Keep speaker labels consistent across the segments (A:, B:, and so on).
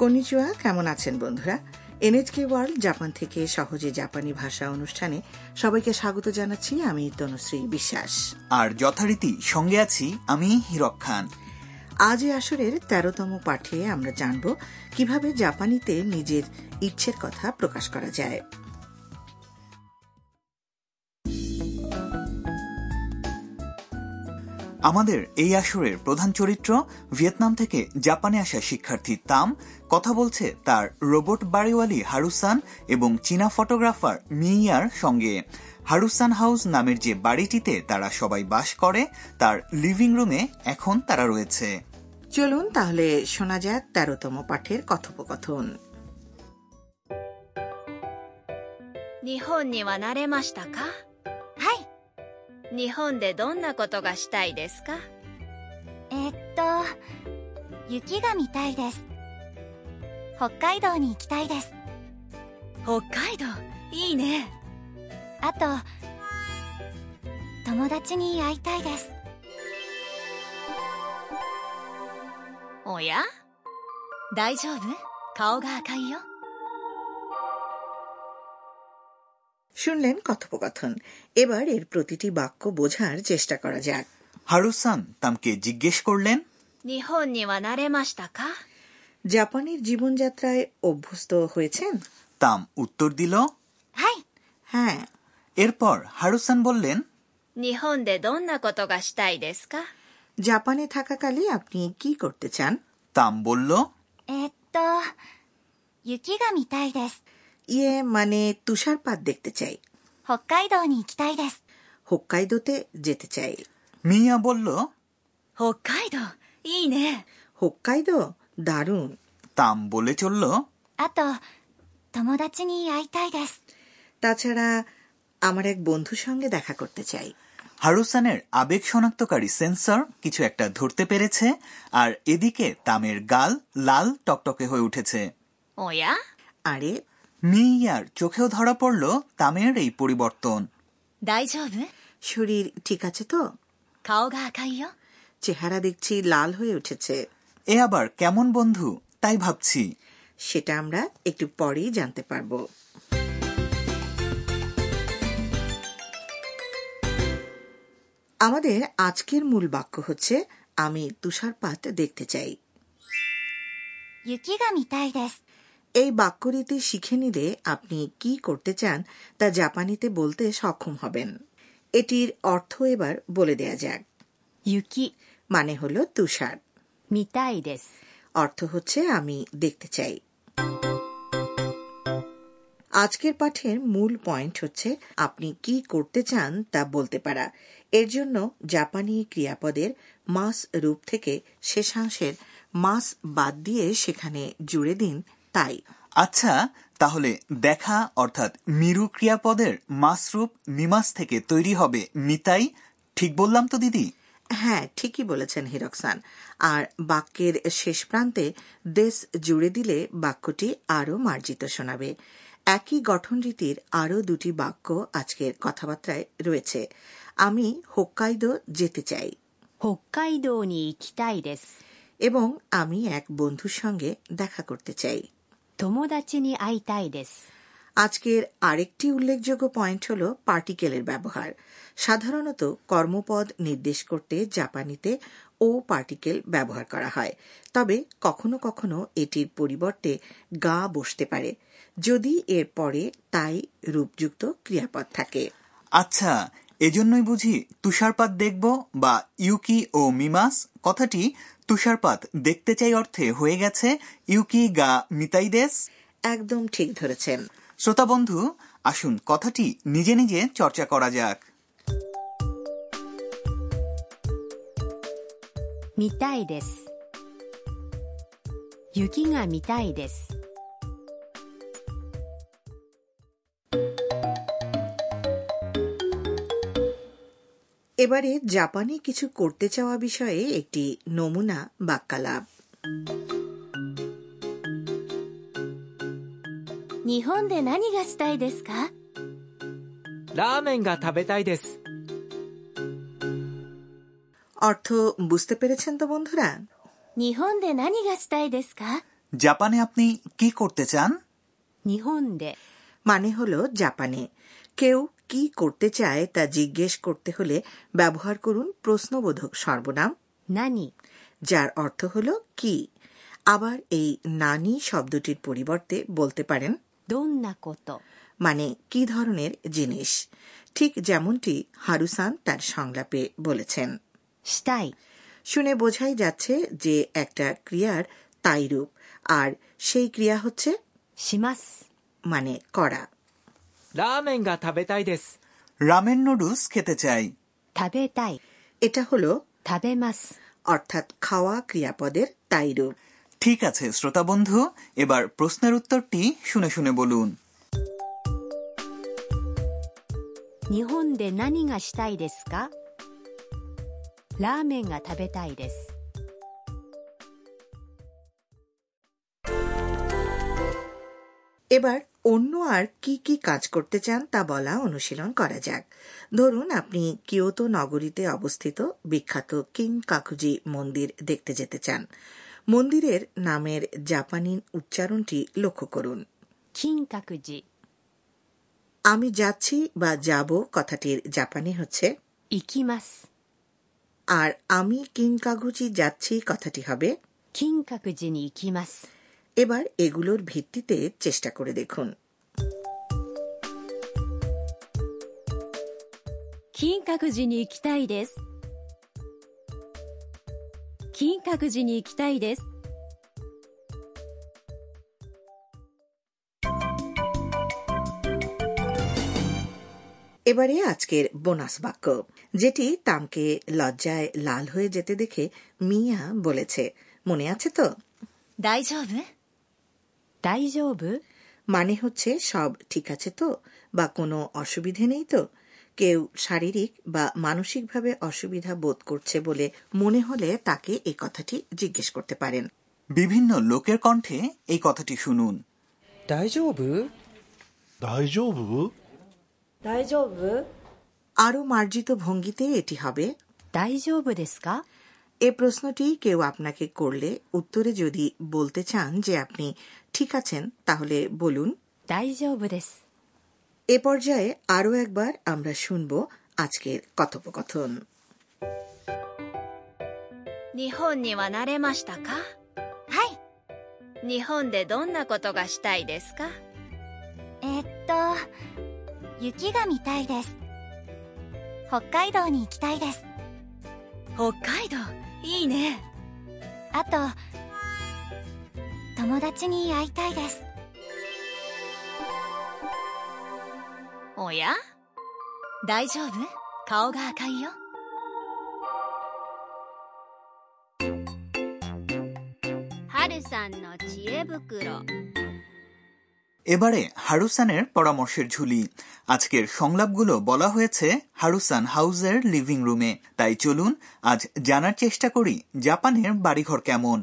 A: konnichiwa কেমন আছেন বন্ধুরা এনএচকে ওয়ার্ল্ড জাপান থেকে সহজে জাপানি ভাষা অনুষ্ঠানে সবাইকে স্বাগত জানাচ্ছি আমি তনুশ্রী বিশ্বাস
B: আর যথারীতি সঙ্গে আছি আমি হিরক খান
A: আজ এই আসরের তেরোতম পাঠে আমরা জানব কিভাবে জাপানিতে নিজের ইচ্ছের কথা প্রকাশ করা যায়
B: আমাদের এই আসরের প্রধান চরিত্র ভিয়েতনাম থেকে জাপানে আসা শিক্ষার্থী তাম কথা বলছে তার রোবট বাড়িওয়ালি হারুসান এবং চীনা ফটোগ্রাফার মিয়ার সঙ্গে হারুসান হাউস নামের যে বাড়িটিতে তারা সবাই বাস করে তার লিভিং রুমে এখন তারা রয়েছে
A: চলুন তাহলে শোনা যাক তেরোতম পাঠের কথোপকথন
C: 日本には慣れましたかはい日本でどんなことがしたいですか
D: えっと雪が見たいです北海道に行きたいです
C: 北海道いいね
D: あと友達に会いたいです
C: おや大丈夫顔が赤いよ
A: শুনলেন কথোপকথন এবার এর প্রতিটি বাক্য বোঝার চেষ্টা করা যাক
B: হারুসান তামকে জিজ্ঞেস করলেন
C: 日本には慣れましたか
A: জাপানের জীবনযাত্রায় অভ্যস্ত হয়েছেন
B: তাম উত্তর দিল
D: はい
A: হ্যাঁ
B: এরপর হারুসান বললেন
C: 日本でどんなことがしたいですか
A: জাপানে থাকাকালে আপনি কি করতে চান
B: তাম বলল
D: えっと雪が見たいです
A: ইয়ে মানে তুষারপাত দেখতে চাই
D: 北海道に行きたいです
A: হোক্কাইদোতে যেতে চাই
B: মিয়া বলল
C: 北海道いいね
A: হোক্কাইদো দারুণ
B: তাম বলে চলল
D: あと友達に会いたいです
A: তাছাড়া আমার এক বন্ধুর সঙ্গে দেখা করতে চাই
B: হারুসানের আবেগ শনাক্তকারী সেন্সর কিছু একটা ধরতে পেরেছে আর এদিকে তামের গাল লাল টকটকে হয়ে উঠেছে
C: おや
A: আরে
B: মিয়ার চোখেও ধরা পড়ল তামের এই পরিবর্তন
C: 大丈夫
A: শরীর ঠিক আছে তো
C: 顔が赤いよ
A: চেহারা দেখছি লাল হয়ে উঠেছে
B: এ আবার কেমন বন্ধু তাই ভাবছি
A: সেটা আমরা একটু পরেই জানতে পারবো আমাদের আজকের মূল বাক্য হচ্ছে আমি তুষারপাত দেখতে চাই
D: 雪が見たいです
A: এই বাক্যরীতি শিখে নিলে আপনি কি করতে চান তা জাপানিতে বলতে সক্ষম হবেন এটির অর্থ এবার বলে দেয়া যাক
C: 雪
A: মানে হলো তুষার
C: 見たいです
A: অর্থ হচ্ছে আমি দেখতে চাই আজকের পাঠের মূল পয়েন্ট হচ্ছে আপনি কি করতে চান তা বলতে পারা এর জন্য জাপানি ক্রিয়াপদের মাস রূপ থেকে শেষাংশের মাস বাদ দিয়ে সেখানে জুড়ে দিন তাই
B: আচ্ছা তাহলে দেখা অর্থাৎ মিরু ক্রিয়াপদের মাসরূপ মিমাস থেকে তৈরি হবে মিতাই ঠিক বললাম তো দিদি
A: হ্যাঁ ঠিকই বলেছেন হিরকসান আর বাক্যের শেষ প্রান্তে দেশ জুড়ে দিলে বাক্যটি আরও মার্জিত শোনাবে একই গঠনরীতির আরও দুটি বাক্য আজকের কথাবার্তায় রয়েছে আমি হোক্কাইদো যেতে চাই
C: 北海道に行きたいです
A: এবং আমি এক বন্ধুর সঙ্গে দেখা করতে চাই
C: 友達に会いたいです
A: আজকের আরেকটি উল্লেখযোগ্য পয়েন্ট হল পার্টিকেলের ব্যবহার সাধারণত কর্মপদ নির্দেশ করতে জাপানিতে ও পার্টিকেল ব্যবহার করা হয় তবে কখনো কখনো এটির পরিবর্তে গা বসতে পারে যদি এর পরে তাই রূপযুক্ত ক্রিয়াপদ থাকে
B: আচ্ছা এজন্যই বুঝি তুষারপাত দেখব বা ইউকি ও মিমাস কথাটি তুষারপাত দেখতে চাই অর্থে হয়ে গেছে ইউকি গা মিতাই দেশ
A: একদম ঠিক ধরেছেন
B: শ্রোতা বন্ধু আসুন কথাটি নিজে নিজে চর্চা করা যাক
C: 見たいです雪が見たいです
A: এবারে জাপানে কিছু করতে চাওয়া বিষয়ে একটি নমুনা বাক্যালাপ
D: 日本で何がしたいですか
E: ラーメンが食べたいです。
A: অর্থ বুঝতে পেরেছেন তো বন্ধুরা
D: 日本で何がしたいですか
B: জাপানে আপনি কি করতে চান
F: 日本で
A: মানে হলো জাপানে কেউ কি করতে চায় তা জিজ্ঞেস করতে হলে ব্যবহার করুন প্রশ্নবোধক সর্বনাম
F: 何
A: যার অর্থ হলো কি আবার এই নানি শব্দটির পরিবর্তে বলতে পারেন
F: どんなこと
A: মানে কি ধরনের জিনিস ঠিক যেমনটি হারুসান তার সংলাপে বলেছেন
F: したい
A: শুনে বোঝাই যাচ্ছে যে একটা ক্রিয়ার তাই রূপ আর সেই ক্রিয়া হচ্ছে
F: します
A: মানে করা
E: ラーメンが食べたいです。
B: রামেন নুডলস খেতে চাই
F: 食べたい
A: এটা হলো
F: 食べます
A: অর্থাৎ খাওয়া ক্রিয়াপদের তাই রূপ
B: ঠিক আছে শ্রোতা বন্ধু এবার প্রশ্নের উত্তরটি শুনে শুনে বলুন
F: 日本で何がしたいですかラーメンが食べたいです。
A: এবার অন্য আর কি কি কাজ করতে চান তা বলা অনুশীলন করা যাক ধরুন আপনি কিয়োতো নগরীতে অবস্থিত বিখ্যাত কিং কাকুজি মন্দির দেখতে যেতে চান মন্দিরের নামের জাপানি উচ্চারণটি লক্ষ্য করুন
F: 金閣寺、
A: আমি যাচ্ছি বা যাব কথাটির জাপানি হচ্ছে
F: 行きます。
A: আর আমি কিং কাগুজি যাচ্ছি কথাটি হবে
F: 金閣寺に行きます。
A: এবার এগুলোর ভিত্তিতে চেষ্টা করে দেখুন
F: 金閣寺に行きたいです。金閣寺に行きたいです。
A: এবারে আজকের বোনাস বাক্য যেটি তামকে লজ্জায় লাল হয়ে যেতে দেখে মিয়া বলেছে মনে আছে তো
D: 大丈夫
F: 大丈夫
A: মানে হচ্ছে সব ঠিক আছে তো বা কোনো অসুবিধে নেই তো কেউ শারীরিক বা মানসিকভাবে অসুবিধা বোধ করছে বলে মনে হলে তাকে এই কথাটি জিজ্ঞেস করতে পারেন
B: বিভিন্ন লোকের কণ্ঠে এই কথাটি শুনুন
G: 大丈夫
H: 大丈夫
G: 大丈夫
A: আরও মার্জিত ভঙ্গিতে এটি হবে
F: 大丈夫ですか
A: এ প্রশ্নটি কেউ আপনাকে করলে উত্তরে যদি বলতে চান যে আপনি ঠিক আছেন তাহলে বলুন
F: 大丈夫です。
A: এ পর্যায়ে আরও একবার আমরা শুনব আজকের কথোপকথন
C: 日本には慣れましたかはい日本でどんなことがしたいですか
D: えっと雪が見たいです北海道に行きたいです
C: 北海道いいね
D: あと友達に会いたいです
C: おや大丈夫顔が赤いよ春さんの知恵袋
B: এবারে হারুসানের পরামর্শের ঝুলি আজকের সংলাপগুলো বলা হয়েছে হারুসান হাউজের লিভিং রুমে তাই চলুন আজ জানার চেষ্টা করি জাপানের বাড়িঘর কেমন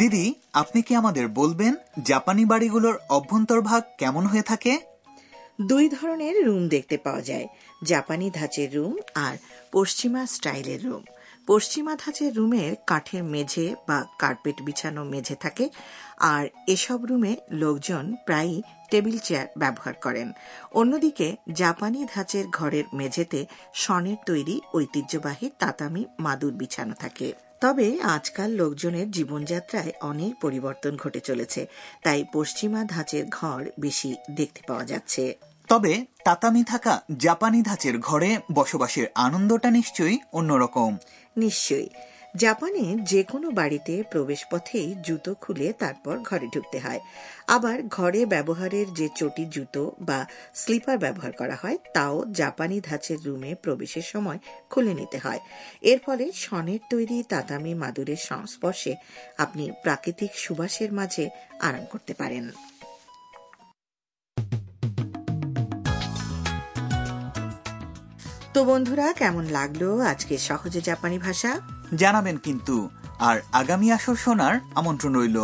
B: দিদি আপনি কি আমাদের বলবেন জাপানি বাড়িগুলোর অভ্যন্তরভাগ কেমন হয়ে থাকে
A: দুই ধরনের রুম দেখতে পাওয়া যায় জাপানি ধাঁচের রুম আর পশ্চিমা স্টাইলের রুম পশ্চিমা ধাঁচের রুমের কাঠের মেঝে বা কার্পেট বিছানো মেঝে থাকে আর এসব রুমে লোকজন প্রায়ই টেবিল চেয়ার ব্যবহার করেন অন্যদিকে জাপানি ধাঁচের ঘরের মেঝেতে সনের তৈরি ঐতিহ্যবাহী তাতামি মাদুর বিছানো থাকে তবে আজকাল লোকজনের জীবনযাত্রায় অনেক পরিবর্তন ঘটে চলেছে তাই পশ্চিমা ধাঁচের ঘর বেশি দেখতে পাওয়া যাচ্ছে
B: তবে তাতামি থাকা জাপানি ধাঁচের ঘরে বসবাসের আনন্দটা নিশ্চয়ই অন্যরকম
A: নিশ্চয়ই জাপানে যে কোনো বাড়িতে প্রবেশপথেই জুতো খুলে তারপর ঘরে ঢুকতে হয় আবার ঘরে ব্যবহারের যে চটি জুতো বা স্লিপার ব্যবহার করা হয় তাও জাপানি ধাঁচের রুমে প্রবেশের সময় খুলে নিতে হয় এর ফলে সনের তৈরি তাতামি মাদুরের সংস্পর্শে আপনি প্রাকৃতিক সুবাসের মাঝে আরাম করতে পারেন তো বন্ধুরা কেমন লাগলো আজকে সহজে জাপানি ভাষা
B: জানাবেন কিন্তু আর আগামী আসর শোনার আমন্ত্রণ রইল